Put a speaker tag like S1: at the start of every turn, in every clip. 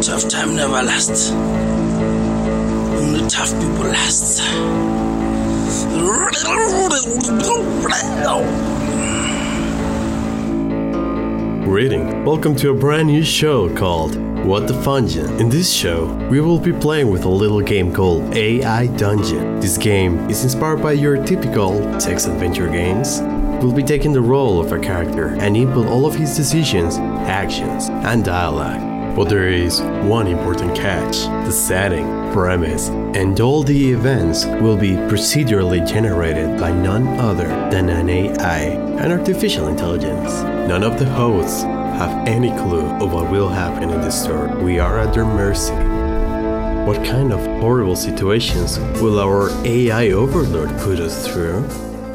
S1: Tough time never lasts. Only tough people last.
S2: Greeting. Welcome to a brand new show called What the Fungeon. In this show, we will be playing with a little game called AI Dungeon. This game is inspired by your typical text adventure games. We'll be taking the role of a character and input all of his decisions, actions, and dialogue. But there is one important catch the setting, premise, and all the events will be procedurally generated by none other than an AI, an artificial intelligence. None of the hosts have any clue of what will happen in this story. We are at their mercy. What kind of horrible situations will our AI overlord put us through?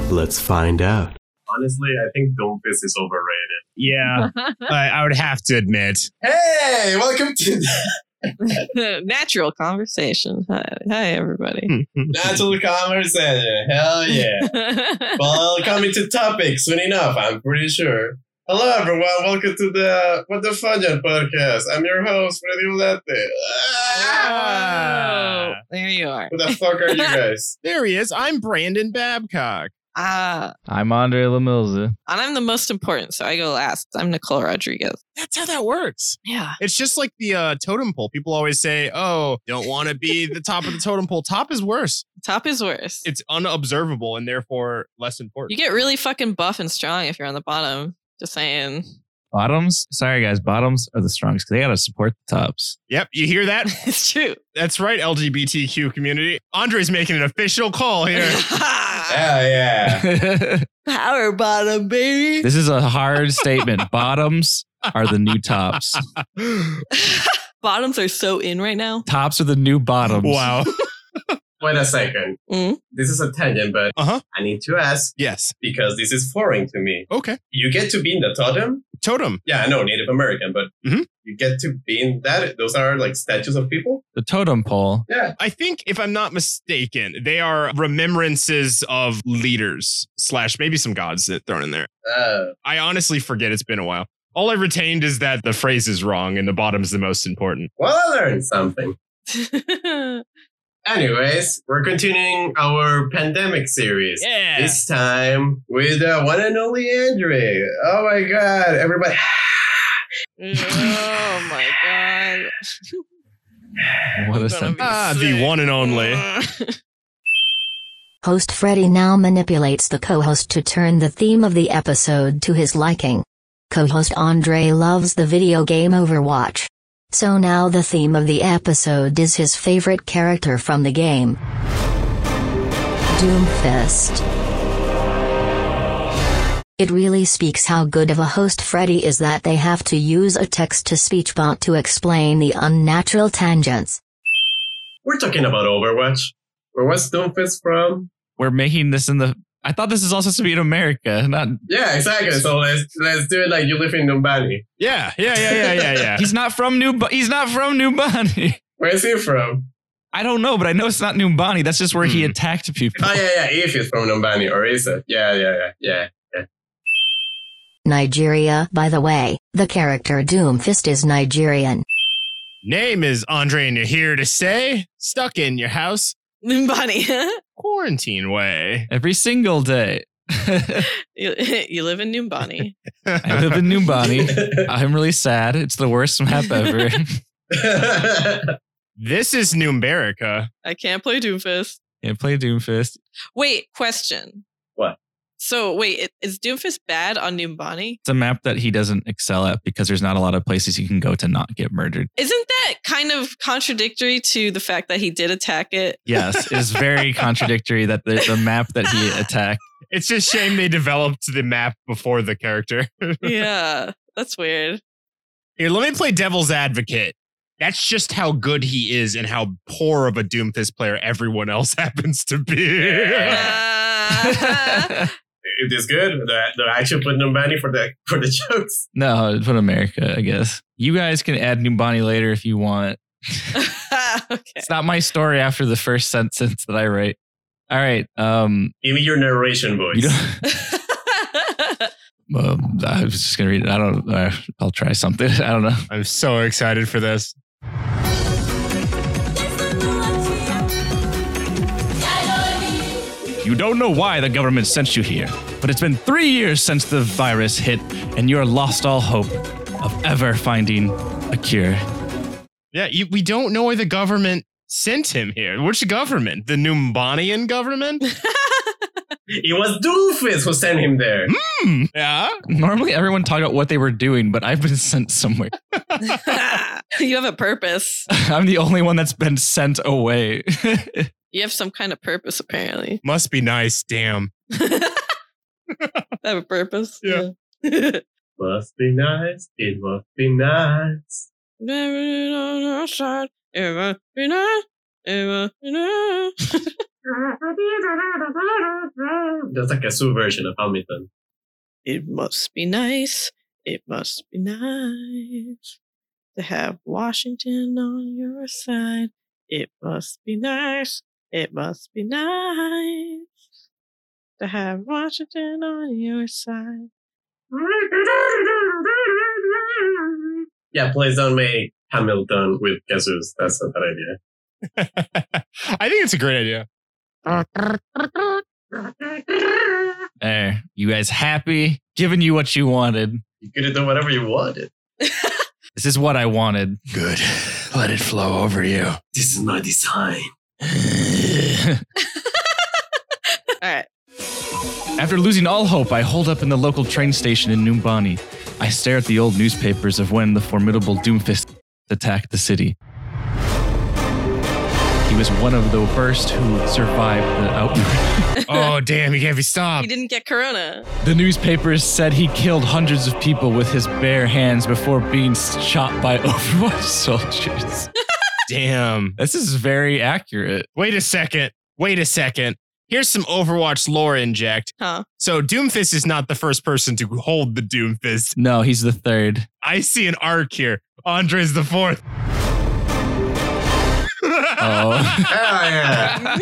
S2: Let's find out.
S3: Honestly, I think Dome Fist is overrated.
S4: Yeah, I, I would have to admit.
S5: Hey, welcome to
S6: Natural conversation. Hi, hi everybody.
S5: Natural Conversation. Hell yeah. Well, coming to topic soon enough, I'm pretty sure. Hello, everyone. Welcome to the What the Fudgeon podcast. I'm your host, Freddy Ulette. Ah!
S4: Ah.
S6: Oh, there you are.
S5: Who the fuck are you guys?
S4: There he is. I'm Brandon Babcock.
S6: Ah,
S7: I'm Andre Lamilza.
S6: and I'm the most important, so I go last. I'm Nicole Rodriguez.
S4: That's how that works.
S6: Yeah.
S4: It's just like the uh, totem pole. People always say, "Oh, don't want to be the top of the totem pole." Top is worse.
S6: Top is worse.
S4: It's unobservable and therefore less important.
S6: you get really fucking buff and strong if you're on the bottom. Just saying.
S7: Bottoms, sorry guys, bottoms are the strongest 'cause they gotta support the tops.
S4: yep, you hear that?
S6: It's true.
S4: That's right, LGBTQ community. Andre's making an official call here.
S5: Hell yeah.
S7: this
S6: Power bottom, baby.
S7: is a hard statement. Bottoms are the new tops.
S6: Bottoms are so in right now.
S7: Tops are the new bottoms.
S4: wow.
S3: Wait a second.
S6: Mm.
S3: This is a tangent, but
S4: Uh-huh.
S3: I need to ask
S4: Yes.
S3: because this is foreign to me.
S4: Okay.
S3: You get to be in the totem?
S4: Totem.
S3: Yeah, I know Native American, but
S4: Mhm.
S3: you get to be in that. Those are like statues of people.
S7: The totem pole.
S3: Yeah.
S4: I think, if I'm not mistaken, they are remembrances of leaders slash maybe some gods that thrown in there.
S3: Uh,
S4: I honestly forget. It's been a while. All I retained is that the phrase is wrong and the bottom's the most important.
S3: well, I learned something.
S6: Oh
S3: Anyways, we're continuing our pandemic series.
S4: Yeah.
S3: This time with the one and only Andre. Oh my God! Everybody,
S6: oh my god.
S7: What is
S6: Gonna
S7: that?
S6: be
S4: ah, the
S6: sick.
S4: one and only.
S8: Host Freddy now manipulates the co host to turn the theme of the episode to his liking. Co host Andre loves the video game Overwatch. So now the theme of the episode is his favorite character from the game Doomfist. It really speaks how good of a host Freddy is that they have to use a text to speech bot to explain the unnatural tangents.
S3: we're talking about Overwatch. Where was Doomfist from?
S7: We're making this in the I thought this is also supposed to be in America, not
S3: Yeah, exactly. So let's let's do it like you live in Numbani.
S4: Yeah, yeah, yeah, yeah, yeah, yeah.
S7: he's not from New Bu- he's not from New Bonnie.
S3: Where's he from?
S7: I don't know, but I know it's not New Bonnie. That's just where he
S4: Hmm.
S7: attacked people.
S3: Oh yeah, yeah. If he's from Numbani or is it? Yeah, yeah, yeah, yeah.
S8: Nigeria, by the way, the character Doomfist is Nigerian.
S4: Name is Andre, and you're here to say stuck in your house
S6: Bunny.
S4: quarantine way.
S7: Every single day.
S6: you, you live in New Bonnie.
S7: I live in New Bonnie. I'm really sad. It's the worst map ever.
S4: this is Numerica.
S6: I can't play Doomfist.
S7: Can't play Doomfist.
S6: Wait, question.
S3: What?
S6: So wait, i- is Doomfist bad on New Bonnie?
S7: It's a map that he doesn't excel at because there's not a lot of places you can go to not get murdered.
S6: Isn't that kind of contradictory to the fact that he did attack it?
S7: Yes, it's very contradictory that the, the map that he attacked.
S4: It's just shame they developed the map before the character.
S6: yeah, that's weird.
S4: Here, let me play devil's advocate. That's just how good he is and how poor of a Doomfist player everyone else happens to be.
S6: Uh,
S3: it is good. The, the actual put Numbani for the for the jokes.
S7: no, put America, I guess. You guys can add New Bonnie later if you want.
S6: okay.
S7: It's not my story after the first sentence that I write. All right. Um,
S3: Give me your narration
S7: you
S3: voice.
S7: don't, um, I was just going to read it. I don't, uh, I'll try something. I don't know.
S4: I'm so excited for this.
S7: You don't know why the government sent you here, but it's been three years since the virus hit, and you're lost all hope of ever finding a cure.
S4: Yeah, you, we don't know why the government sent him here. Which government? The Numbanian government?
S5: It was Doofus who sent him
S7: Hmm?
S5: there.
S4: yeah.
S9: Hmm. Normally, everyone talked about what they were doing, but I've been sent somewhere.
S6: you have a purpose.
S9: I'm the only one that's been sent away.
S6: You have some kind of purpose, apparently.
S4: Must be nice, damn.
S6: I have a purpose.
S4: Yeah.
S6: Yeah.
S5: Must be nice. It must be nice.
S6: Never on our side. It must be nice. It must be nice.
S5: That's like a Sue version of Hamilton.
S6: It must be nice. It must be nice to have Washington on your side. It must be nice. It must be nice to have Washington on your side.
S5: Yeah, please don't make Hamilton with Jesus. That's not that idea.
S4: I think it's a great idea.
S9: there. You guys happy? Giving you what you wanted.
S5: You could have done whatever you wanted.
S9: This is what I wanted.
S10: Good. Let it flow over you.
S5: This is my design.
S6: All right.
S7: After losing all hope, I hold up in the local train station in Numbani. I stare at the old newspapers of when the formidable Doomfist attacked the city. He was one of the first who survived the outbreak.
S4: Oh, damn, he can't be
S6: He
S4: stopped.
S6: didn't get Corona.
S7: The newspapers said he killed hundreds of people with his bare hands before being shot by Overwatch soldiers.
S4: Damn.
S9: This is very accurate.
S4: Wait a second. Wait a second. Here's some Overwatch lore inject.
S6: Huh.
S4: So Doomfist is not the first person to hold the Doomfist.
S9: No, he's the third.
S4: I see an arc here. Andre's the fourth.
S9: Oh.
S5: Hell yeah.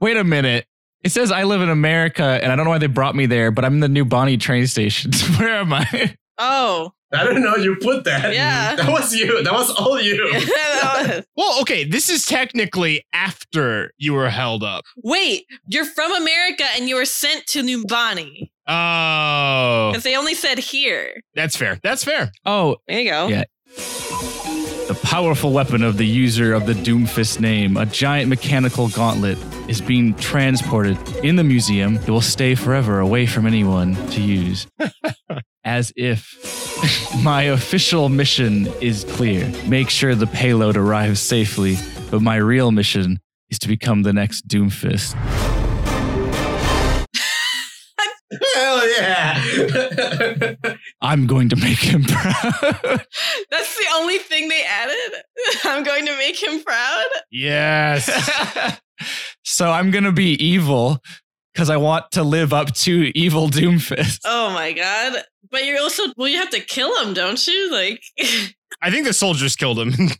S9: Wait a minute. It says I live in America, and I don't know why they brought me there, but I'm in the new Bonnie train station. Where am I?
S6: oh,
S5: I don't know. You put that.
S6: Yeah.
S5: That was you. That was all you.
S6: that was-
S4: Well, okay, this is technically after you were held up.
S6: Wait, you're from America and you were sent to Numbani
S4: Oh,
S6: because they only said here.
S4: that's fair. That's fair.
S7: Oh,
S6: There you go.
S7: Yeah. The powerful weapon of the user of the Doomfist name, a giant mechanical gauntlet, is being transported in the museum. It will stay forever away from anyone to use. As if my official mission is clear. Make sure the payload arrives safely, but my real mission is to become the next Doomfist.
S5: Hell yeah.
S7: I'm going to make him proud.
S6: That's the only thing they added. I'm going to make him proud.
S4: Yes.
S7: so I'm going to be evil because I want to live up to evil Doomfist.
S6: Oh my god. But you're also well, you have to kill him, don't you? Like
S4: I think the soldiers killed him.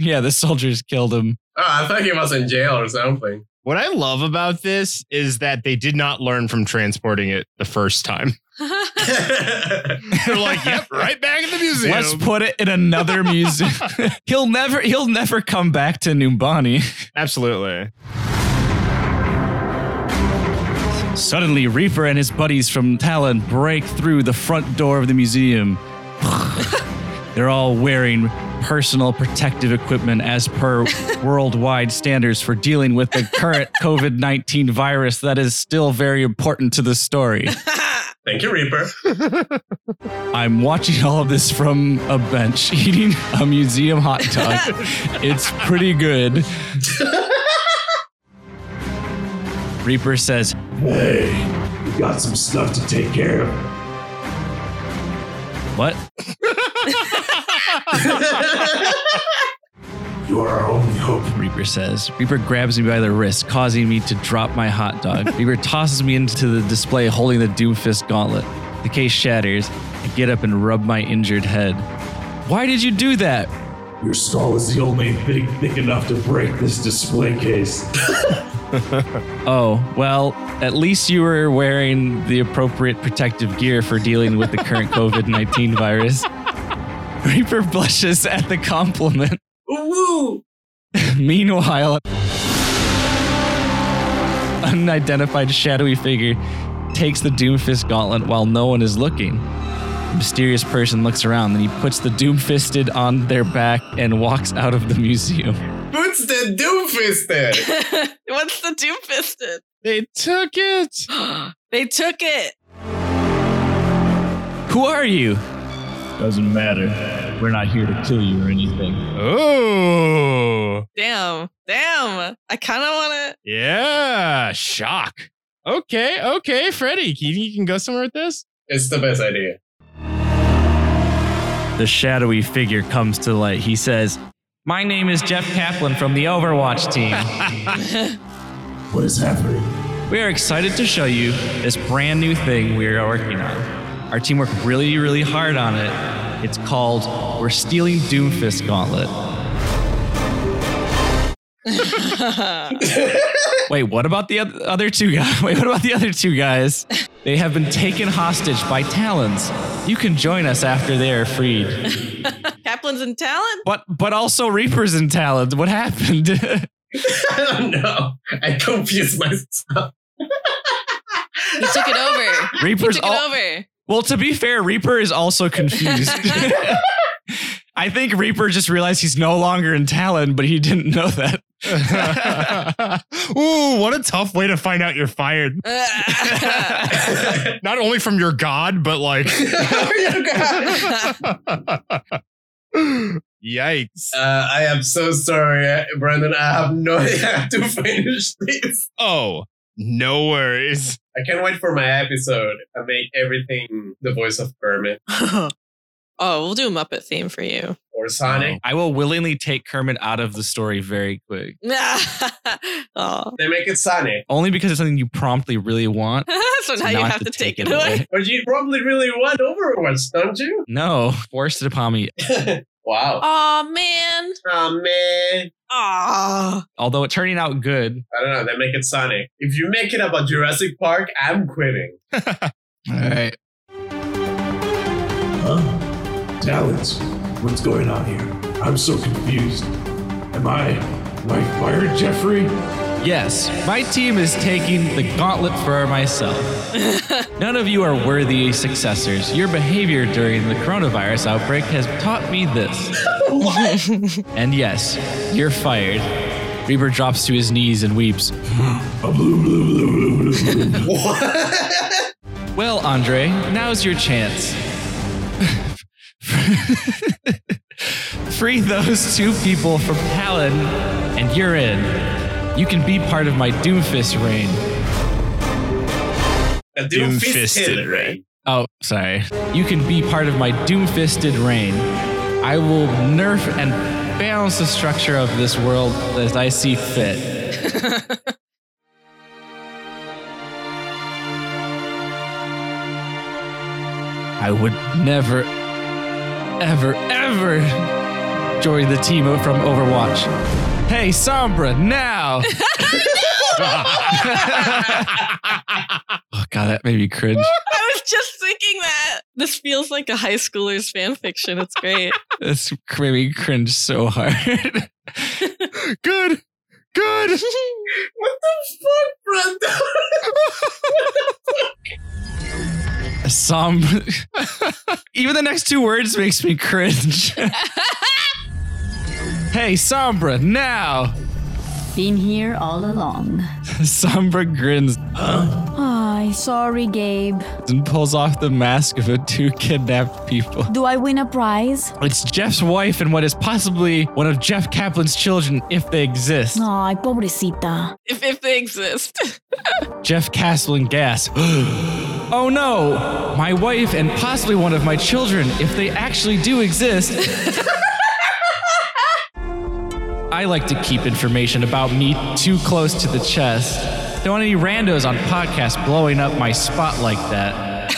S7: Yeah, the soldiers killed him.
S5: Oh, I thought he was in jail or something.
S4: what I love about this is that they did not learn from transporting it the first time. They're like, yep, right back at the museum.
S7: Let's put it in another museum. he'll never he'll never come back to Numbani.
S4: Absolutely.
S7: Suddenly, Reaper and his buddies from Talon break through the front door of the museum. They're all wearing personal protective equipment as per worldwide standards for dealing with the current COVID 19 virus that is still very important to the story.
S5: Thank you, Reaper.
S7: I'm watching all of this from a bench, eating a museum hot dog. it's pretty good. Reaper says,
S11: Hey, we got some stuff to take care of.
S7: What?
S11: You are our only hope.
S7: Reaper says. Reaper grabs me by the wrist, causing me to drop my hot dog. Reaper tosses me into the display holding the Doomfist gauntlet. The case shatters. I get up and rub my injured head. Why did you do that?
S11: Your skull is the only thing thick enough to break this display case.
S7: Oh, well, at least you were wearing the appropriate protective gear for dealing with the current COVID 19 virus. Reaper blushes at the compliment. Meanwhile, unidentified shadowy figure takes the Doomfist gauntlet while no one is looking. The mysterious person looks around, then he puts the Doomfisted on their back and walks out of the museum.
S5: Boots the doofus there.
S6: What's the doom fisted?
S7: They took it!
S6: they took it.
S7: Who are you?
S12: Doesn't matter. We're not here to kill you or anything.
S4: Oh,
S6: Damn. Damn. I kind of want to.
S4: yeah. Shock. Okay, okay, Freddy. You think you can go somewhere with this?
S5: It's the best idea.
S7: The shadowy figure comes to light. He says, My name is Jeff Kaplan from the Overwatch team.
S13: What is happening?
S7: We are excited to show you this brand new thing we are working on. Our team worked really, really hard on it. It's called We're Stealing Doomfist Gauntlet. Wait, what about the oth- other two guys? Wait, what about the other two guys? They have been taken hostage by Talons. You can join us after they are freed.
S6: Kaplan's in talent?
S7: But but also Reapers and Talons. What happened?
S5: I don't know. I confused myself.
S6: He took it over. He
S7: Reapers
S6: took
S7: al-
S6: it
S7: Well, to be fair, Reaper is also confused. I think Reaper just realized he's no longer in Talon, but he didn't know that.
S4: Ooh, what a tough way to find out you're fired.
S6: over.
S4: Not only from your god, but like. Yikes.
S5: Uh, I am so sorry, uh, Brandon. I have no idea how to finish this.
S4: Oh, no worries.
S5: I can't wait for my episode. I make everything the voice of Kermit
S6: oh, we'll do a Muppet theme for you.
S5: or Sonic.
S7: I will willingly take Kermit out of the story very quick,
S6: oh.
S5: They make it Sonic,
S7: only because it's something you promptly really want.
S6: so now you have to take, it away.
S5: but you probably really want Overwatch, don't you?
S7: No, forced it upon me.
S5: Wow.
S6: Oh man.
S5: Oh man.
S6: Oh.
S7: Although it turning out good.
S5: I don't know. They make it Sonic. If you make it about Jurassic Park, I'm quitting.
S12: All right.
S13: Huh? Talents? What's going on here? I'm so confused. Am I like fired, Jeffrey?
S7: Yes, my team is taking the gauntlet for myself. None of you are worthy successors. Your behavior during the coronavirus outbreak has taught me this. and yes, you're fired. Reaper drops to his knees and weeps.
S13: A blue, blue, blue, blue, blue, blue.
S7: Well, Andre, now's your chance. Free those two people from Talon, and you're in. You can be part of my Doomfist reign.
S5: A Doom
S4: Doom-fisted,
S5: Fisted, right?
S4: right?
S7: Oh, sorry. You can be part of my doomfisted reign. I will nerf and balance the structure of this world as I see fit. I would never, ever, ever join the team from Overwatch. Hey, Sombra, now! oh, God, that made me cringe.
S6: I was just thinking that. This feels like a high schooler's fan fiction. It's great.
S7: This made me cringe so hard. good, good.
S5: What the fuck, Brandon?
S7: Some. Even the next two words makes me cringe. hey, Sombra, now.
S9: Been here all along.
S7: Sombra grins
S9: Ay, sorry, Gabe.
S7: and pulls off the mask of the two kidnapped people.
S9: Do I win a prize?
S7: It's Jeff's wife and what is possibly one of Jeff Kaplan's children, if they exist.
S9: Ay, pobrecita.
S6: if, if they exist.
S7: Jeff Castlin gasps. oh no! My wife and possibly one of my children, if they actually do exist. I like to keep information about me too close to the chest. Don't want any randos on podcasts blowing up my spot like that.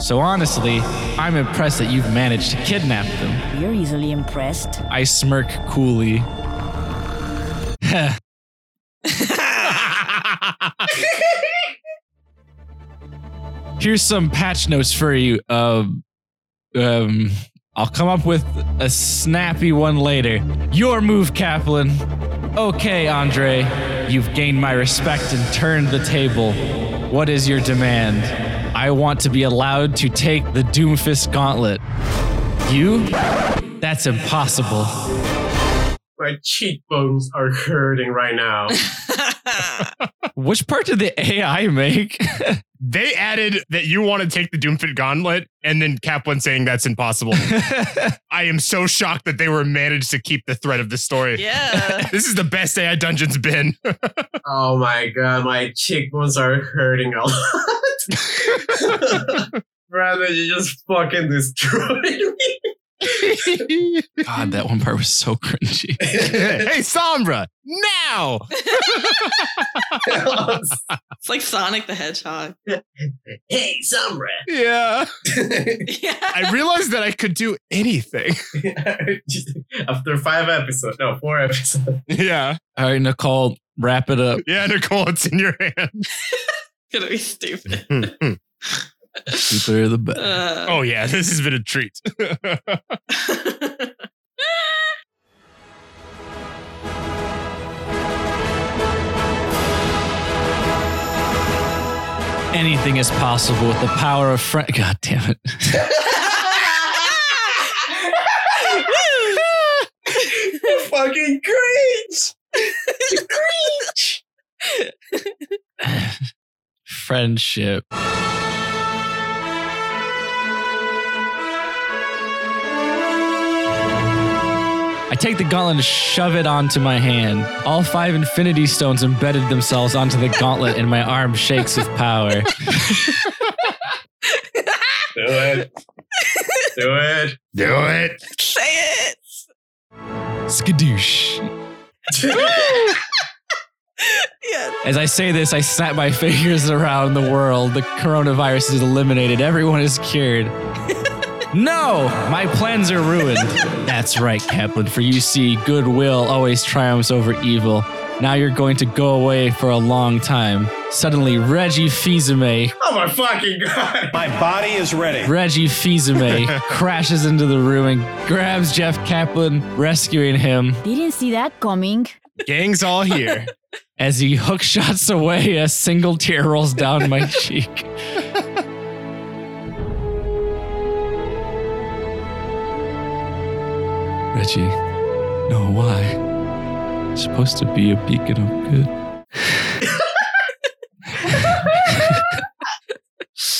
S7: so honestly, I'm impressed that you've managed to kidnap them.
S9: You're easily impressed.
S7: I smirk coolly. Heh. Here's some patch notes for you. Um, um, I'll come up with a snappy one later. Your move, Kaplan. Okay, Andre. You've gained my respect and turned the table. What is your demand? I want to be allowed to take the Doomfist Gauntlet. You? That's impossible.
S5: My cheekbones are hurting right now.
S7: Which part did the AI make?
S4: They added that you want to take the Doomfit gauntlet, and then Kaplan saying that's impossible. I am so shocked that they were managed to keep the thread of the story.
S6: Yeah.
S4: This is the best AI dungeon's been.
S5: oh my god, my cheekbones are hurting a lot. Brother, you just fucking destroyed me.
S7: God, that one part was so cringy.
S4: hey, Sombra, now!
S6: It's like Sonic the Hedgehog.
S5: hey, Sombra.
S4: Yeah.
S6: yeah.
S4: I realized that I could do anything.
S5: After five episodes, no, four episodes.
S4: Yeah.
S7: All right, Nicole, wrap it up.
S4: Yeah, Nicole, it's in your hand.
S6: Gonna be stupid.
S7: Super the best.
S6: Uh,
S4: oh, yeah, this has been a treat.
S7: Anything is possible with the power of friend. God damn it.
S5: fucking cringe.
S7: Friendship. I take the gauntlet and shove it onto my hand. All five infinity stones embedded themselves onto the gauntlet, and my arm shakes with power.
S5: Do it. Do it.
S4: do it.
S6: Say it.
S7: Skadoosh.
S6: Yeah.
S7: As I say this, I snap my fingers around the world. The coronavirus is eliminated. Everyone is cured. no, my plans are ruined. That's right, Kaplan. For you see, goodwill always triumphs over evil. Now you're going to go away for a long time. Suddenly, Reggie Fizeme,
S5: Oh my fucking god.
S14: My body is ready.
S7: Reggie Fizeme crashes into the room and grabs Jeff Kaplan, rescuing him
S9: Didn't see that coming.
S4: Gang's all here.
S7: as he hook shots away. A single tear rolls down my cheek. Reggie, no, why? It's supposed to be a beacon of good.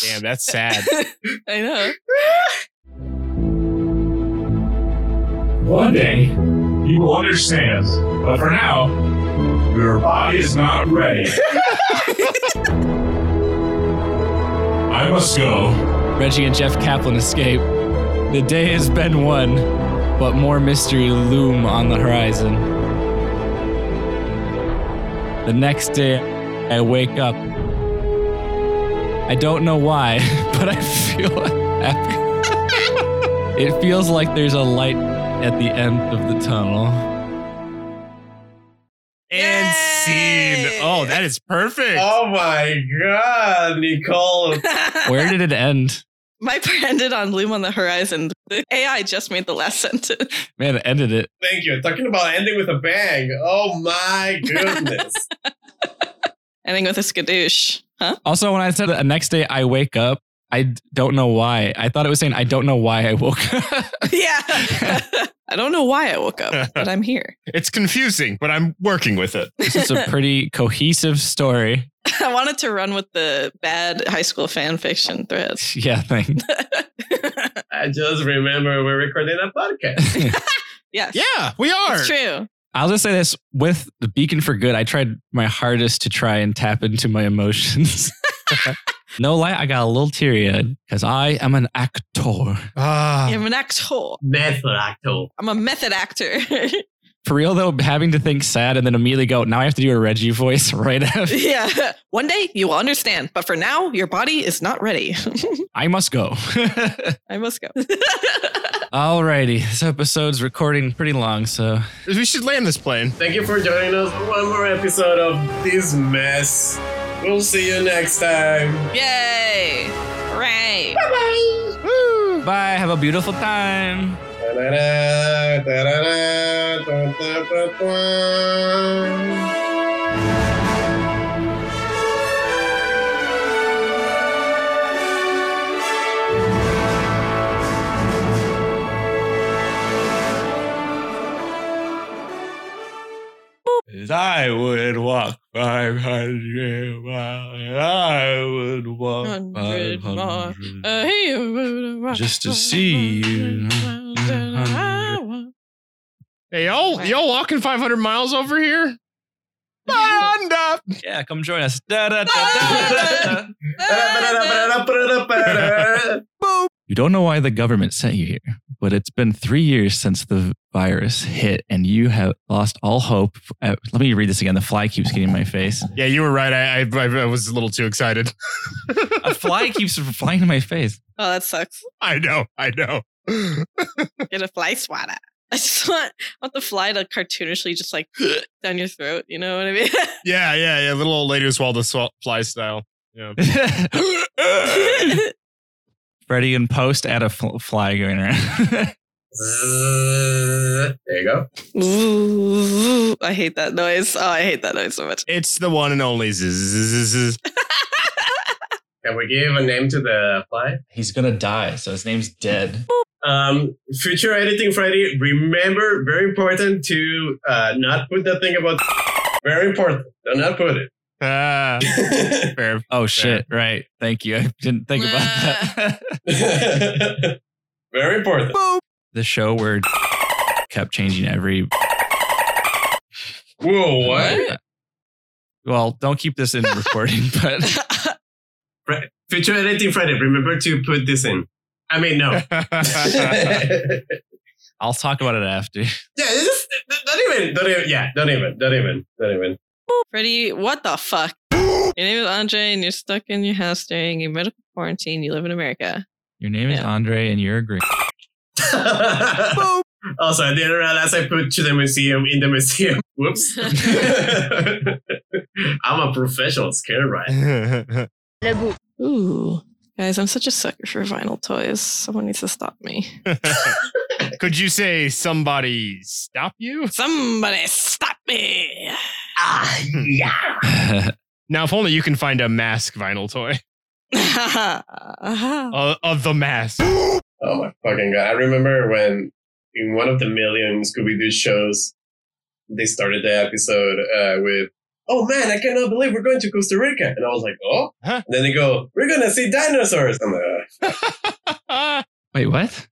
S4: Damn, that's sad.
S6: I know.
S13: One day, you will understand. But for now, your body is not ready. I must go.
S7: Reggie and Jeff Kaplan escape. The day has been won, but more mystery loom on the horizon. The next day, I wake up. I don't know why, but I feel happy. it feels like there's a light at the end of the tunnel.
S4: and scene.
S6: Yay.
S4: Oh, that is perfect.
S5: Oh my god, Nicole.
S7: Where did it end?
S6: My part ended on Loom on the Horizon. The AI just made the last sentence.
S7: Man, it ended it.
S5: Thank you. Talking about ending with a bang. Oh my goodness.
S6: Ending with a skadoosh. Huh?
S7: Also, when I said the next day I wake up, I d- don't know why. I thought it was saying I don't know why I woke up.
S6: yeah. I don't know why I woke up, but I'm here.
S4: It's confusing, but I'm working with it.
S7: this is a pretty cohesive story.
S6: I wanted to run with the bad high school fan fiction thread.
S7: Yeah, thanks.
S5: I just remember we're recording a podcast.
S6: yes.
S4: Yeah, we are.
S6: It's true.
S7: I'll just say this with the beacon for good, I tried my hardest to try and tap into my emotions. no lie, I got a little teary eyed because I am an actor.
S4: Ah.
S6: I'm an actor.
S5: Method actor.
S6: I'm a method actor.
S7: For real though, having to think sad and then immediately go, now I have to do a Reggie voice right after.
S6: yeah. One day you will understand, but for now, your body is not ready.
S7: I must go.
S6: I must go.
S7: Alrighty, this episode's recording pretty long, so
S4: We should land this plane.
S5: Thank you for joining us for one more episode of this mess. We'll see you next time.
S6: Yay. Hooray.
S7: bye. Have a beautiful time.
S5: Ta-da-da, ta-da-da, ta-ta-ta-ta.
S15: As I would walk 500 miles, I would walk
S6: 100 miles.
S15: 500
S6: Uh, hey,
S15: just to see you.
S4: Hey, y'all, y'all walking 500 miles over here? Stand up.
S16: Yeah, come join us. Da, da, da, da,
S6: Ah!
S16: da, da.
S7: You don't know why the government sent you here, but it's been three years since the virus hit and you have lost all hope. Uh, Let me read this again. The fly keeps getting in my face.
S4: Yeah, you were right. I, I, I was a little too excited.
S7: A fly keeps flying in my face.
S6: Oh, that sucks.
S4: I know. I know.
S6: Get a fly swatter. I just want, want the fly to cartoonishly just like down your throat. You know what I mean?
S4: Yeah, yeah, yeah. Little old lady who swallowed the swa- fly style. Yeah.
S7: Freddy and Post add a fl- fly going around.
S17: There you go.
S6: I hate that noise. Oh, I hate that noise so much.
S4: It's the one and only zzz.
S5: Can we give a name to the fly?
S16: He's gonna die, so his name's dead.
S5: Um, future editing Friday. Remember, very important to uh, not put that thing about. Very important. Do not put it.
S4: Ah, fair.
S7: Oh shit! Right. Thank you. I didn't think about that.
S5: very important.
S7: the show where kept changing every.
S5: Whoa! What?
S7: Well, don't keep this in the recording, but
S5: Future editing Friday. Remember to put this in. I mean, no.
S4: yeah,
S5: yeah,
S7: I'll talk about it after.
S5: this is, don't even, don't even, yeah, don't even, don't even, don't even.
S6: Freddy, what the fuck? Your name is Andre, and you're stuck in your house during a medical quarantine. You live in America.
S7: Your name is
S6: Yeah.
S7: Andre, and you're a Greek.
S5: also, I didn't realize I put to the museum in the museum. Whoops. I'm a professional scarebright.
S6: Ooh. Guys, I'm such a sucker for vinyl toys. Someone needs to stop me.
S4: Could you say somebody stop you?
S6: Somebody stop me.
S5: Ah, yeah.
S4: Now, if only you can find a mask vinyl toy
S6: Uh-huh.
S4: uh, of the mask.
S5: Oh my fucking god! I remember when in one of the million Scooby Doo shows, they started the episode uh, with, "Oh man, I cannot believe we're going to Costa Rica," and I was like, "Oh!"
S4: Huh?
S5: And then they go, "We're gonna see dinosaurs," I'm like, "Ugh,"
S7: Wait, what?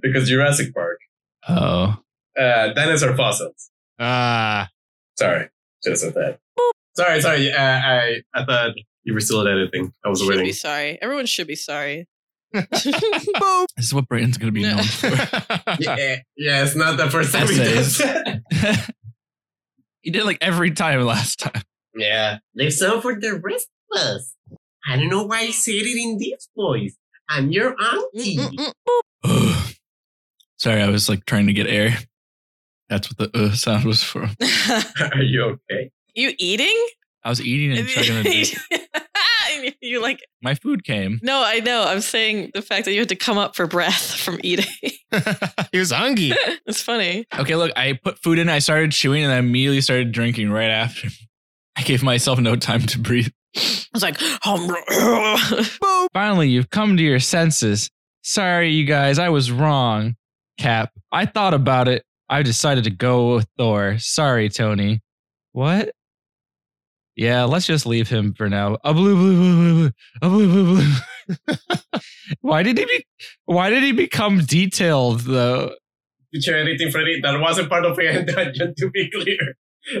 S5: because Jurassic Park,
S7: Oh,
S5: uh, dinosaur fossils.
S4: Ah,
S5: Sorry, should have said that. Sorry, sorry. Uh, I I thought you were still at editing. I was
S6: Should be
S5: waiting.
S6: sorry. Everyone should be sorry.
S7: this is what Britain's gonna be
S6: No.
S7: known for.
S5: Yeah, yeah, it's not the first time he
S7: Essays.
S5: does that.
S7: you did it like every time last time.
S5: Yeah.
S18: Leave some for the rest of us. I don't know why you said it in this voice. I'm your auntie.
S7: Sorry, I was like trying to get air. That's what the uh, sound was for.
S5: Are you okay?
S6: you eating?
S7: I was eating and chugging. a drink.
S6: you like
S7: My food came.
S6: no, I know. I'm saying the fact that you had to come up for breath from eating.
S4: he was hungry.
S6: it's funny.
S7: Okay, look, I put food in. I started chewing, and I immediately started drinking right after. I gave myself no time to breathe.
S6: I was like, "Um,
S7: Finally, you've come to your senses. Sorry, you guys, I was wrong. Cap, I thought about it. I decided to go with Thor. Sorry, Tony. What? Yeah, let's just leave him for now. A blue, blue, blue, blue, blue, blue, blue, blue. why did he be? Why did he become detailed though?
S5: Future editing Freddy, that wasn't part of your dungeon, to be clear.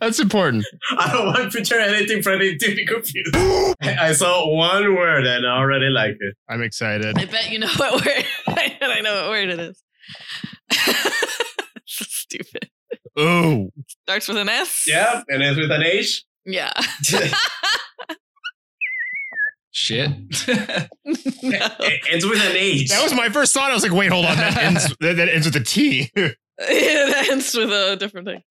S4: That's important.
S5: I don't want future editing Freddy to be confused. I I saw one word and I already liked it.
S4: I'm excited.
S6: I bet you know what word. I bet I know what word it is. so stupid.
S4: Oh,
S6: Starts with an S.
S5: Yeah, and it's with an H.
S6: Yeah.
S7: Shit.
S6: No.
S5: It ends with an H.
S4: that was my first thought. I was like, wait, hold on. That ends, that, that ends with a T.
S6: it ends with a different thing.